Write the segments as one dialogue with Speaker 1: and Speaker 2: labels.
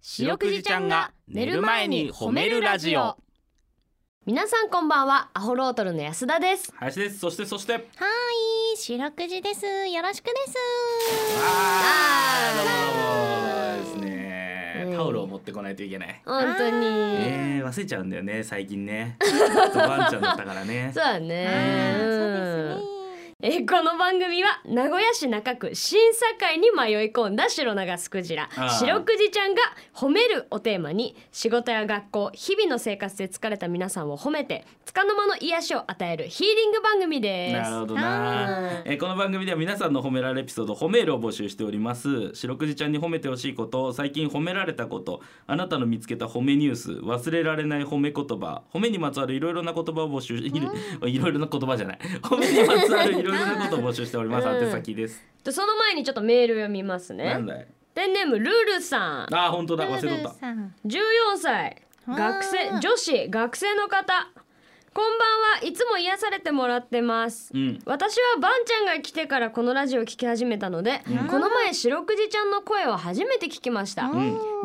Speaker 1: 白くじちゃんが寝る前に褒めるラジオ
Speaker 2: 皆さんこんばんはアホロートルの安田です
Speaker 1: 林ですそしてそして
Speaker 3: はい、白くじです。よろしくです。
Speaker 1: あーどうもどうもです
Speaker 2: う
Speaker 1: ね
Speaker 2: ん
Speaker 1: タオルを持ってこないといけない
Speaker 2: 本当に、
Speaker 1: えー、忘れちゃうんだよね最近 ねちょっとワンちゃんだったからね
Speaker 2: そうだね
Speaker 1: う
Speaker 3: そ
Speaker 2: ん
Speaker 3: うですね。
Speaker 2: えこの番組は名古屋市中区審査会に迷い込んだ白長スクジラ
Speaker 1: あー
Speaker 2: 白くじちゃんが褒めるをテーマに仕事や学校日々の生活で疲れた皆さんを褒めて束の間の癒しを与えるヒーリング番組です
Speaker 1: なるほどな
Speaker 2: うん。
Speaker 1: えーこの番組では皆さんの褒められエピソード褒めるを募集しております。白くじちゃんに褒めてほしいこと、最近褒められたこと、あなたの見つけた褒めニュース、忘れられない褒め言葉、褒めにまつわるいろいろな言葉を募集、いろいろいろな言葉じゃない。褒めにまつわるいろいろなことを募集しておりま
Speaker 2: うん
Speaker 1: す。宛先です。
Speaker 2: でその前にちょっとメール読みます
Speaker 1: な
Speaker 2: ね
Speaker 1: んだい。
Speaker 2: ペンネームルールさん
Speaker 1: あー、本当だ。忘れと
Speaker 3: ル
Speaker 1: っ
Speaker 3: ル
Speaker 1: た。
Speaker 3: さん。
Speaker 2: 14歳
Speaker 3: わー
Speaker 2: 学生女子学生の方こんばんはいつも癒されてもらってます
Speaker 1: うん。
Speaker 2: 私はバンちゃんが来てからこのラジオを聞き始めたので、この前白くじちゃんの声を初めて聞きました、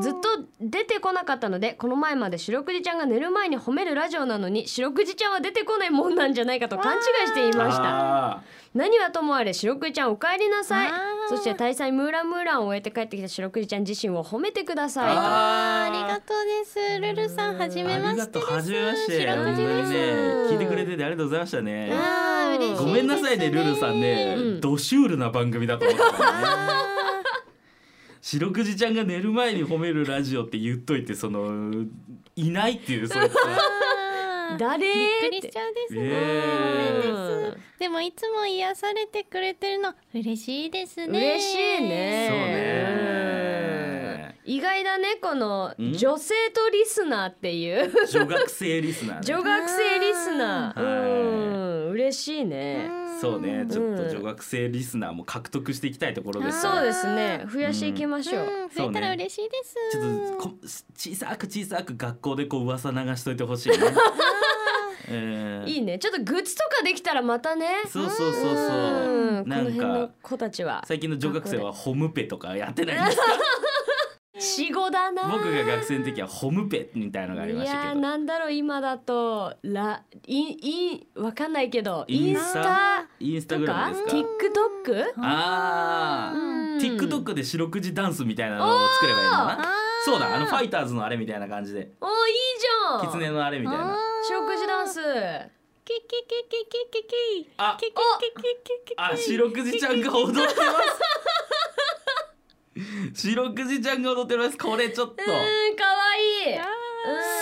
Speaker 2: ずっと出てこなかったのでこの前まで白くじちゃんが寝る前に褒めるラジオなのに白くじちゃんは出てこないもんなんじゃないかと勘違いしていました
Speaker 1: あ
Speaker 2: 何はともあれ白くじちゃんお帰りなさい
Speaker 3: あー
Speaker 2: そして大祭ムーランムーランを終えて帰ってきた白くじちゃん自身を褒めてくだ
Speaker 1: ー
Speaker 2: さいと
Speaker 3: あ
Speaker 1: あ
Speaker 3: り
Speaker 1: ー
Speaker 3: がとうです。ルルさん、はじめ
Speaker 1: あ
Speaker 3: ま
Speaker 1: り
Speaker 3: し
Speaker 1: が
Speaker 3: て
Speaker 1: とう。
Speaker 3: です。
Speaker 1: はじめまして。
Speaker 3: 白
Speaker 1: 本当に
Speaker 3: くじです。
Speaker 1: ね、聞いてくれててありがとうございましたね。
Speaker 3: あー嬉しいです
Speaker 1: ごめんなさいねルルさんね、
Speaker 2: うん
Speaker 1: ドシュールな番組だと思ったからね
Speaker 3: あ
Speaker 1: 白くじちゃんが寝る前に褒めるラジオって言っといてそのいないっていうそ れ
Speaker 3: ー
Speaker 2: 誰
Speaker 3: びっく
Speaker 2: ー
Speaker 3: り
Speaker 2: っ
Speaker 3: してちゃうですね。
Speaker 1: えー
Speaker 2: うん
Speaker 3: でもいつも癒されてくれてるの嬉しいですね。
Speaker 2: 嬉しいね
Speaker 1: そう
Speaker 2: う
Speaker 1: ね
Speaker 2: ん意外だねこの
Speaker 1: ん
Speaker 2: 女性とリスナーっていう
Speaker 1: 女学生リスナー、
Speaker 2: 女
Speaker 1: ね、
Speaker 2: 学生リスナー
Speaker 1: あ
Speaker 2: うん嬉しいね
Speaker 3: ん
Speaker 1: そうねちょっと
Speaker 2: うん
Speaker 1: 女学生リスナーも獲得していきたいところですね
Speaker 2: そうですね増やしていきましょう
Speaker 3: うん増えたら嬉しいです。
Speaker 1: ちょっとこ小さく小さく学校でこう噂流しといてほしい ね、えー
Speaker 2: いいねちょっとグッズとかできたらまたね
Speaker 1: そうそうそうそううん
Speaker 2: こ
Speaker 1: な
Speaker 2: の
Speaker 1: ん
Speaker 2: 辺の
Speaker 1: か
Speaker 2: 子たちは
Speaker 1: 最近の女学生はホムペとかやってないんです か
Speaker 2: 死語だな
Speaker 1: 僕が学生の時はホムペみたいのがありま
Speaker 2: い
Speaker 1: した
Speaker 2: や
Speaker 1: け
Speaker 2: ー
Speaker 1: ど
Speaker 2: なんだろう今だとラインインわかんないけど
Speaker 1: イ
Speaker 2: イ
Speaker 1: ン
Speaker 2: ン
Speaker 1: ス
Speaker 2: ス
Speaker 1: タ
Speaker 2: タ
Speaker 1: インスタ
Speaker 2: と
Speaker 1: グラ
Speaker 2: か
Speaker 1: ムですか
Speaker 2: TikTok
Speaker 1: あー
Speaker 2: うん
Speaker 1: TikTok で四六時ダンスみたいなのを作ればいいのかな
Speaker 3: あ
Speaker 1: そうだあのファイターズのあれみたいな感じで
Speaker 2: おーいいじゃん
Speaker 1: 狐のあれみたいな
Speaker 2: 食事ダンス
Speaker 3: キキキキキキキ
Speaker 1: あ
Speaker 3: キキキキキキ
Speaker 1: あ四六時ちゃんが踊って ます四六時ちゃんが踊ってますこれちょっと
Speaker 2: うーんかわいい
Speaker 3: あ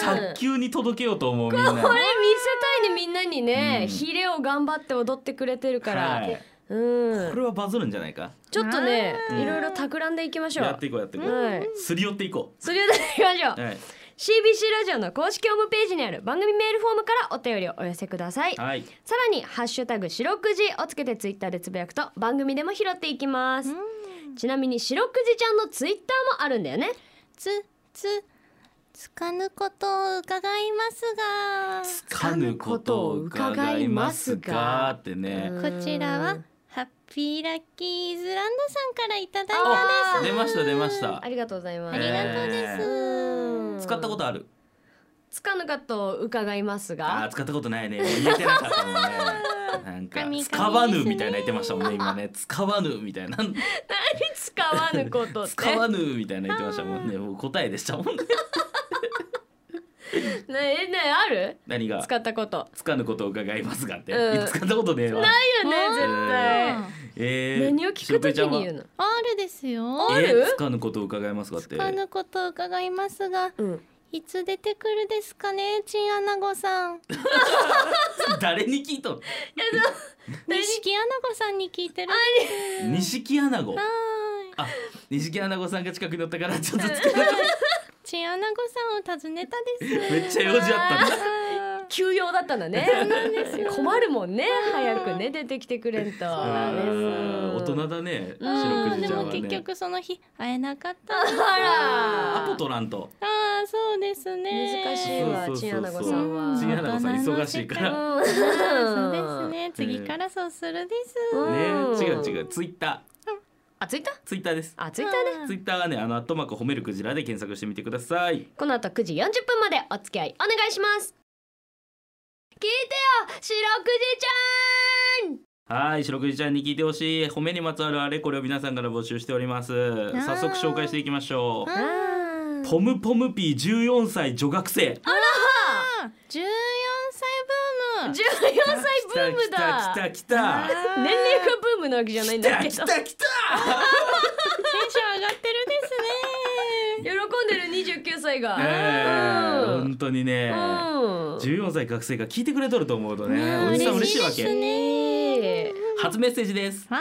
Speaker 1: 早
Speaker 2: うん
Speaker 1: 急に届けようと思うみんなに
Speaker 2: これ見せたいねみんなにね、
Speaker 1: うん
Speaker 2: ヒレを頑張って踊ってくれてるから、
Speaker 1: はい
Speaker 2: うん
Speaker 1: これはバズるんじゃないか
Speaker 2: ちょっとね
Speaker 1: うん
Speaker 2: いろいろ企んでいきましょう
Speaker 1: やっていこうやっていこう
Speaker 2: はい
Speaker 1: すり寄っていこ
Speaker 2: それではいきましょう、
Speaker 1: うはい
Speaker 2: CBC ラジオの公式ホームページにある番組メールフォームからお便りをお寄せくださいさ
Speaker 1: はい
Speaker 2: らに「ハッシュタグ白くじ」をつけてツイッターでつぶやくと番組でも拾っていきます、ちなみに白くじちゃんのツイッターもあるんだよね
Speaker 3: つつつかぬことを伺います
Speaker 1: つかぬことを伺いますがってね。
Speaker 3: がこちらはハッピーラッキーズランドさんからいただい
Speaker 2: あ
Speaker 3: た
Speaker 1: 出
Speaker 3: です
Speaker 1: ました出ました
Speaker 2: あ。りがとうございます
Speaker 3: ありがとう
Speaker 1: えー
Speaker 3: で
Speaker 2: うん
Speaker 1: 使ったことある？
Speaker 2: つかぬかと伺います
Speaker 1: あー
Speaker 2: が
Speaker 1: 使ったことないね。言えてなかったもんね。なんか
Speaker 3: 神々
Speaker 1: 使わぬみたいな言ってましたもんね今ね。使わぬみたいな。
Speaker 2: 何 使わぬことって
Speaker 1: 使わぬみたいな言ってましたもんね。もう答えでしたもんね。
Speaker 2: ねえねえある
Speaker 1: 何が
Speaker 2: 使ったこと
Speaker 1: つかぬことを伺いますがって。
Speaker 2: うん
Speaker 1: いや使ったことねえわ。
Speaker 2: ないよね絶対
Speaker 3: あ
Speaker 1: えー
Speaker 2: 何を聞くときに言う。の
Speaker 3: るですよ
Speaker 1: 白
Speaker 2: あ
Speaker 1: 鳥ちゃん
Speaker 2: る
Speaker 1: はえつかぬことを伺いますがっ
Speaker 3: つ
Speaker 1: て。
Speaker 3: かぬことを伺いますが
Speaker 2: うん
Speaker 3: いつ出てくるですかねチンアナゴさ ん
Speaker 1: 誰に聞いとん？
Speaker 3: 錦アナゴさんに聞いてる
Speaker 1: 錦アナゴ。
Speaker 3: はい
Speaker 1: あ、錦アナゴさんが近くに乗ったからちょっとつか
Speaker 3: チンアナゴさんを訪ねたで す
Speaker 1: めっちゃ用事あったんだ。
Speaker 3: あ
Speaker 2: 休養だったんだね困るもんね早くね出てきてくれんと
Speaker 1: あー大人だね。
Speaker 2: ん
Speaker 1: 白
Speaker 3: ー
Speaker 1: くじ
Speaker 3: で
Speaker 1: ちゃん
Speaker 3: も
Speaker 1: は
Speaker 3: 結
Speaker 1: ね。
Speaker 3: 局その日会えなかった
Speaker 1: ア
Speaker 2: あ
Speaker 1: ポ
Speaker 2: ら
Speaker 1: 取らんと。
Speaker 3: ああそうですね
Speaker 2: 難しいわチンアナゴさん
Speaker 3: う
Speaker 2: は
Speaker 3: ん
Speaker 1: チンアナゴさん忙しいから。
Speaker 2: うん
Speaker 3: そうですね次からそうするです、
Speaker 1: ね、
Speaker 2: うん
Speaker 1: 違う違う。ツイッタ
Speaker 2: あツイッター
Speaker 1: ツイッターです
Speaker 2: あツイッターね、
Speaker 3: うん
Speaker 1: ツイッターはねあのアットマーク褒めるクジラで検索してみてください
Speaker 2: この後9時40分までお付き合いお願いします聞いてよ白くじちゃん
Speaker 1: はい白くじちゃんに聞いてほしい褒めにまつわるあれこれを皆さんから募集しております早速紹介していきましょう
Speaker 2: あ
Speaker 1: ポムポムピー14歳女学生
Speaker 3: あ14歳ブー
Speaker 2: 14
Speaker 3: ム
Speaker 2: 歳ブームだ
Speaker 1: 来た来た来た
Speaker 3: あー
Speaker 2: 年齢がブームなわけじゃないん
Speaker 1: 来た
Speaker 2: だけど
Speaker 1: 来た来た
Speaker 3: テンション上がってるです
Speaker 2: 喜
Speaker 3: ね
Speaker 2: んでる29歳が、
Speaker 1: え
Speaker 2: う
Speaker 1: ー
Speaker 2: ん
Speaker 1: 本当にね
Speaker 2: うん
Speaker 1: 14歳学生が聞いてくれとると思うと
Speaker 3: ね
Speaker 1: ね
Speaker 3: え
Speaker 1: おじさん嬉しいわ
Speaker 3: 嬉し
Speaker 1: け
Speaker 3: いですね
Speaker 2: ねえ
Speaker 1: 初メッセージです
Speaker 3: は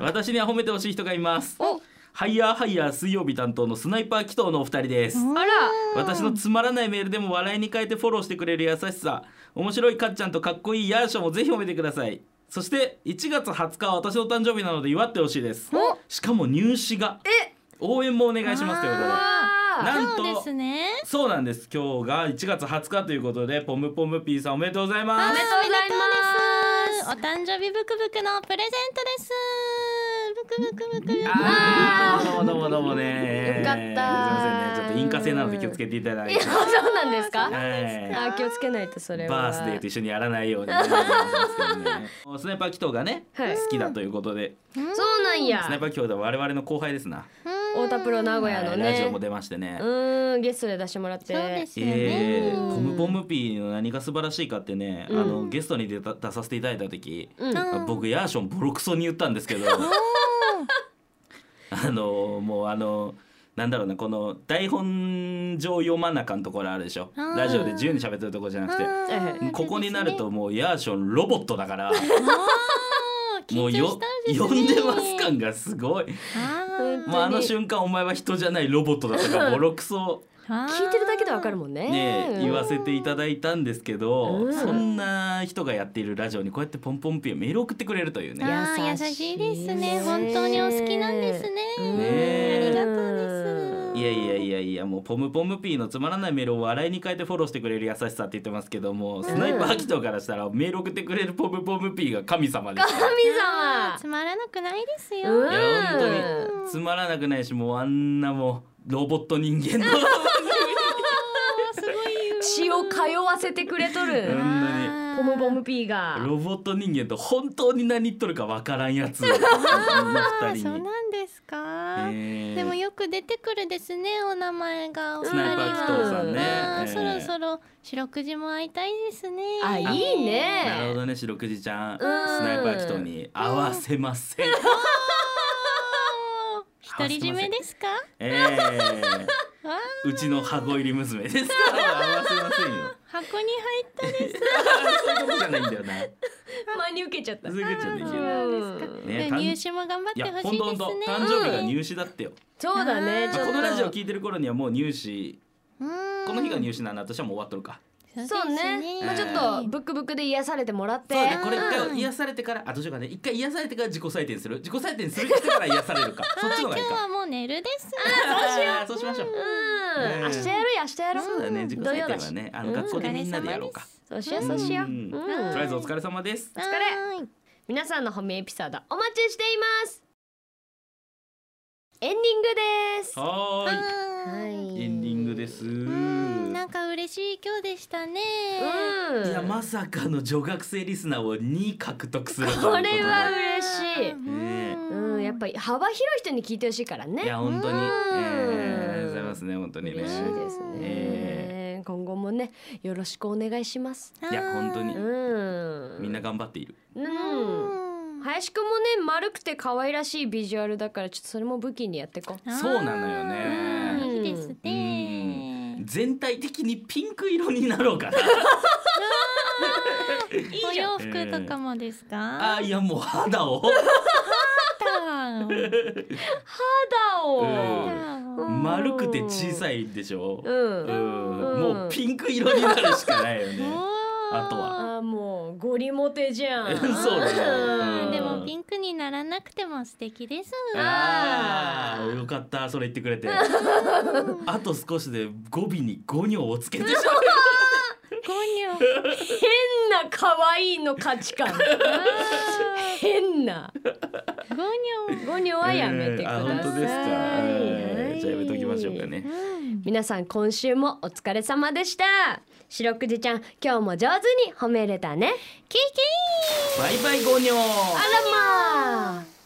Speaker 3: い
Speaker 1: 私には褒めてほしい人がいます
Speaker 2: お
Speaker 1: ハイヤーハイヤー水曜日担当のスナイパー紀藤のお二人です
Speaker 2: あら
Speaker 1: 私のつまらないメールでも笑いに変えてフォローしてくれる優しさ面白いかっちゃんとかっこいいヤーションもぜひ褒めてくださいそして1月20日は私の誕生日なので祝ってほしいです
Speaker 2: お
Speaker 1: しかも入試が
Speaker 2: え
Speaker 1: 応援もお願いしますということで
Speaker 2: わあ
Speaker 1: なんと
Speaker 3: そうですね
Speaker 1: そうなんです今日が1月20日ということでポムポムピーさんおめでとうございま
Speaker 2: め
Speaker 1: す
Speaker 2: でとうございます
Speaker 3: お誕生日ブクブクのプレゼントですブクブクブクブク
Speaker 1: あーどうもどうもどうもね
Speaker 2: よかった
Speaker 1: すいませんねちょっとインカ制なので気をつけていただい
Speaker 2: い
Speaker 1: て
Speaker 2: やそうなんですか
Speaker 1: は い
Speaker 2: あ気をつけないとそれは
Speaker 1: バースデーと一緒にやらないようにね、お願いしますけどねスナイパー紀藤がね、
Speaker 2: はい
Speaker 1: 好きだということで
Speaker 2: そうなんや
Speaker 1: スナイパー紀藤は我々の後輩ですな、
Speaker 2: 太田プロ名古屋の
Speaker 1: はいラジオ
Speaker 2: ね
Speaker 1: も出ましてね、
Speaker 2: うんゲストで出してもらって
Speaker 3: そうですよね、
Speaker 1: ええ
Speaker 2: うん
Speaker 1: ポムポムピーの何が素晴らしいかってね、
Speaker 2: うん
Speaker 1: あのゲストに出た出させていただいた時、
Speaker 2: うん
Speaker 3: あ
Speaker 1: あ僕ヤーションボロクソに言ったんですけ どあのもうあのなんだろうなこの台本上読まなかんところあるでしょ
Speaker 3: あー
Speaker 1: ラジオで自由に喋ってるところじゃなくて
Speaker 2: う
Speaker 1: ここになるともうヤーションロボットだ から。も
Speaker 3: も
Speaker 1: う
Speaker 3: う
Speaker 1: よ
Speaker 3: よ
Speaker 1: 呼んでます感がすごい。
Speaker 2: うん
Speaker 1: もうあ
Speaker 2: 本
Speaker 1: の
Speaker 2: 当に
Speaker 1: 瞬間お前は人じゃないロボットだっ たからボロクソ
Speaker 2: 聞いてるだけでわかる
Speaker 3: もん
Speaker 2: もんね
Speaker 1: ね
Speaker 2: うん
Speaker 1: 言わせていただいたんですけど、
Speaker 2: うん
Speaker 1: そんな人がやっているラジオにこうやってポンポンピンメール送ってくれるというね。
Speaker 3: あー優しいですね本当にお好きなんですね
Speaker 1: ね
Speaker 3: ありがとうです
Speaker 1: いやいやいやいやもうポムポムピーのつまらないメールを笑いに変えてフォローしてくれる優しさって言ってますけどもスナイパーアキトからしたらメール送ってくれるポムポムピーが神様ですから。
Speaker 2: 神様
Speaker 3: あーつまらなくないですよ、
Speaker 2: うん
Speaker 1: いや本当につまらなくないしもうあんなもうロボット人間の
Speaker 3: すごいよ
Speaker 2: 血を通わせてくれと
Speaker 1: う
Speaker 2: る
Speaker 1: ん
Speaker 2: ポムポムピーが
Speaker 1: ロボット人間と本当に何言っとるかわからんやつこの
Speaker 3: あ
Speaker 1: 二
Speaker 3: ーそ
Speaker 1: 人
Speaker 3: う
Speaker 1: に。
Speaker 3: なんですか、
Speaker 1: えー
Speaker 3: でもよく出てくるですねお名前がお
Speaker 1: ス
Speaker 3: 二
Speaker 1: ナイ
Speaker 3: 人
Speaker 1: パー
Speaker 3: は
Speaker 1: 紀藤さんね
Speaker 3: あー
Speaker 1: えー
Speaker 3: そろそろ白くじも会いたいですね
Speaker 2: あいいね
Speaker 1: なるほどね白くじちゃんス
Speaker 2: うん
Speaker 1: ナイパー紀藤に合わせません。
Speaker 3: あー独り占めですか
Speaker 1: えー
Speaker 3: わあ
Speaker 1: うちの箱入り娘ですから合わせませんよ。
Speaker 3: 箱に入ったです
Speaker 1: そういうことじゃないんだよな。
Speaker 2: 真に受けちゃった
Speaker 1: そういうことじゃない
Speaker 3: そ
Speaker 1: んだ
Speaker 3: う
Speaker 1: よ。
Speaker 3: なんです
Speaker 2: う
Speaker 3: か、
Speaker 1: んね
Speaker 3: で入試も頑張っ
Speaker 1: い
Speaker 3: て
Speaker 1: や
Speaker 3: ほ
Speaker 1: 本
Speaker 3: しい
Speaker 1: 当
Speaker 3: で
Speaker 1: 本
Speaker 3: す
Speaker 1: 当
Speaker 3: ね
Speaker 1: 誕生日が入試だってよ。
Speaker 2: そうだね
Speaker 1: ま
Speaker 2: ち
Speaker 1: あ
Speaker 2: ょっ
Speaker 1: ことのラジオ聞いてる頃にはもう入試
Speaker 3: うん
Speaker 1: この日が入試なんだとしてはもう終わっとるか。
Speaker 2: そうね、まあ、ちょっとブックブックで癒されてもらって
Speaker 1: そうね、これ一
Speaker 3: う
Speaker 1: 回
Speaker 3: ん
Speaker 1: 癒されてから、あ、どうしようかね、一回癒されてから自己採点する、自己採点する人から癒される か、そっちの方
Speaker 3: 今
Speaker 1: がいい
Speaker 3: 日
Speaker 1: か
Speaker 3: は。もう寝るです
Speaker 1: あーそうしましょう。
Speaker 2: うん、
Speaker 1: ね
Speaker 2: 明日やるよ明日やる
Speaker 1: そうだね、自己
Speaker 2: 土曜
Speaker 1: 採
Speaker 2: だ
Speaker 1: 点
Speaker 2: し
Speaker 1: はね、あ
Speaker 2: う
Speaker 1: の
Speaker 2: ん
Speaker 1: 学校
Speaker 3: お
Speaker 1: で
Speaker 3: 疲
Speaker 1: み
Speaker 3: れ
Speaker 1: んなでや
Speaker 3: 様
Speaker 1: ろう
Speaker 3: で
Speaker 1: か。
Speaker 3: す
Speaker 2: そうしようそうしよう、うん
Speaker 1: んとりあえずお疲れ様です。
Speaker 2: 疲れ
Speaker 3: はーい
Speaker 2: 皆さんの褒めエピソードお待ちしていますエンディングです
Speaker 1: はー、
Speaker 3: はい
Speaker 1: エンディングです。
Speaker 3: うんなんか嬉しい今日でしたね。
Speaker 2: うん
Speaker 1: いや、まさかの女学生リスナーを2獲得するというと
Speaker 2: こ
Speaker 1: で。
Speaker 2: れは嬉しい
Speaker 1: ね
Speaker 2: うん、やっぱり幅広い人に聞いてほしいからね
Speaker 1: いや、本当に、
Speaker 3: うん
Speaker 1: えーありがとうございますね、本当にね。
Speaker 2: 嬉しいですね、
Speaker 1: え
Speaker 2: 今後もねよろしくお願いします
Speaker 3: ぱ
Speaker 1: いや本当に
Speaker 2: うん
Speaker 1: みんな頑張っている。
Speaker 2: うん林くんもね丸くて可愛らしいビジュアルだからちょっとそれも武器にやっていこう
Speaker 1: そうなのよね
Speaker 3: いいですね。
Speaker 1: 全体的にピンク色になろ うかな。
Speaker 3: お洋服とかもですか。
Speaker 1: あいやもう肌を
Speaker 3: あっ
Speaker 2: 肌を
Speaker 1: うん
Speaker 3: た。
Speaker 1: 丸くて小さいでしょ。
Speaker 2: うん、
Speaker 1: うん
Speaker 2: うん
Speaker 1: もうピンク色になるしかないよね。あとは
Speaker 2: あーもうゴリモテじゃん
Speaker 1: そうだね
Speaker 2: ん
Speaker 3: でもピンクにならなくても素敵です。
Speaker 1: ああよかったそれ言ってくれて。あと少しで語尾に五行をつけてしまう。
Speaker 3: に
Speaker 2: 変な可愛いの価値 観変な
Speaker 3: ゃごに
Speaker 2: ゴニョはやめてくだ
Speaker 1: あ
Speaker 2: さい、
Speaker 1: 本当ですか、
Speaker 2: は
Speaker 1: はいい、じゃあやめときましょうかね
Speaker 3: ゃうん
Speaker 2: 皆さん今週もお疲れ様でした白くじちゃん今日も上手に褒めれたね
Speaker 3: キキ
Speaker 1: バイバイゴニョ
Speaker 2: あらまあ